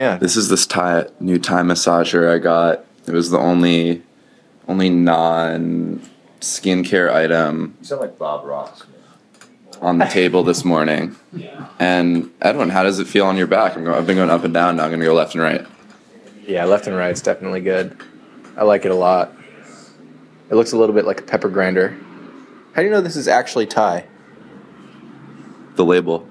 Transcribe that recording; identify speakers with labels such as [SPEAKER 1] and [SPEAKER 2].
[SPEAKER 1] Yeah, this is this Thai new Thai massager I got. It was the only only non skincare item
[SPEAKER 2] You sound like Bob Ross.
[SPEAKER 1] on the table this morning. And Edwin, how does it feel on your back? I'm going, I've been going up and down. Now I'm going to go left and right.
[SPEAKER 3] Yeah, left and right's definitely good. I like it a lot. It looks a little bit like a pepper grinder. How do you know this is actually Thai?
[SPEAKER 1] The label.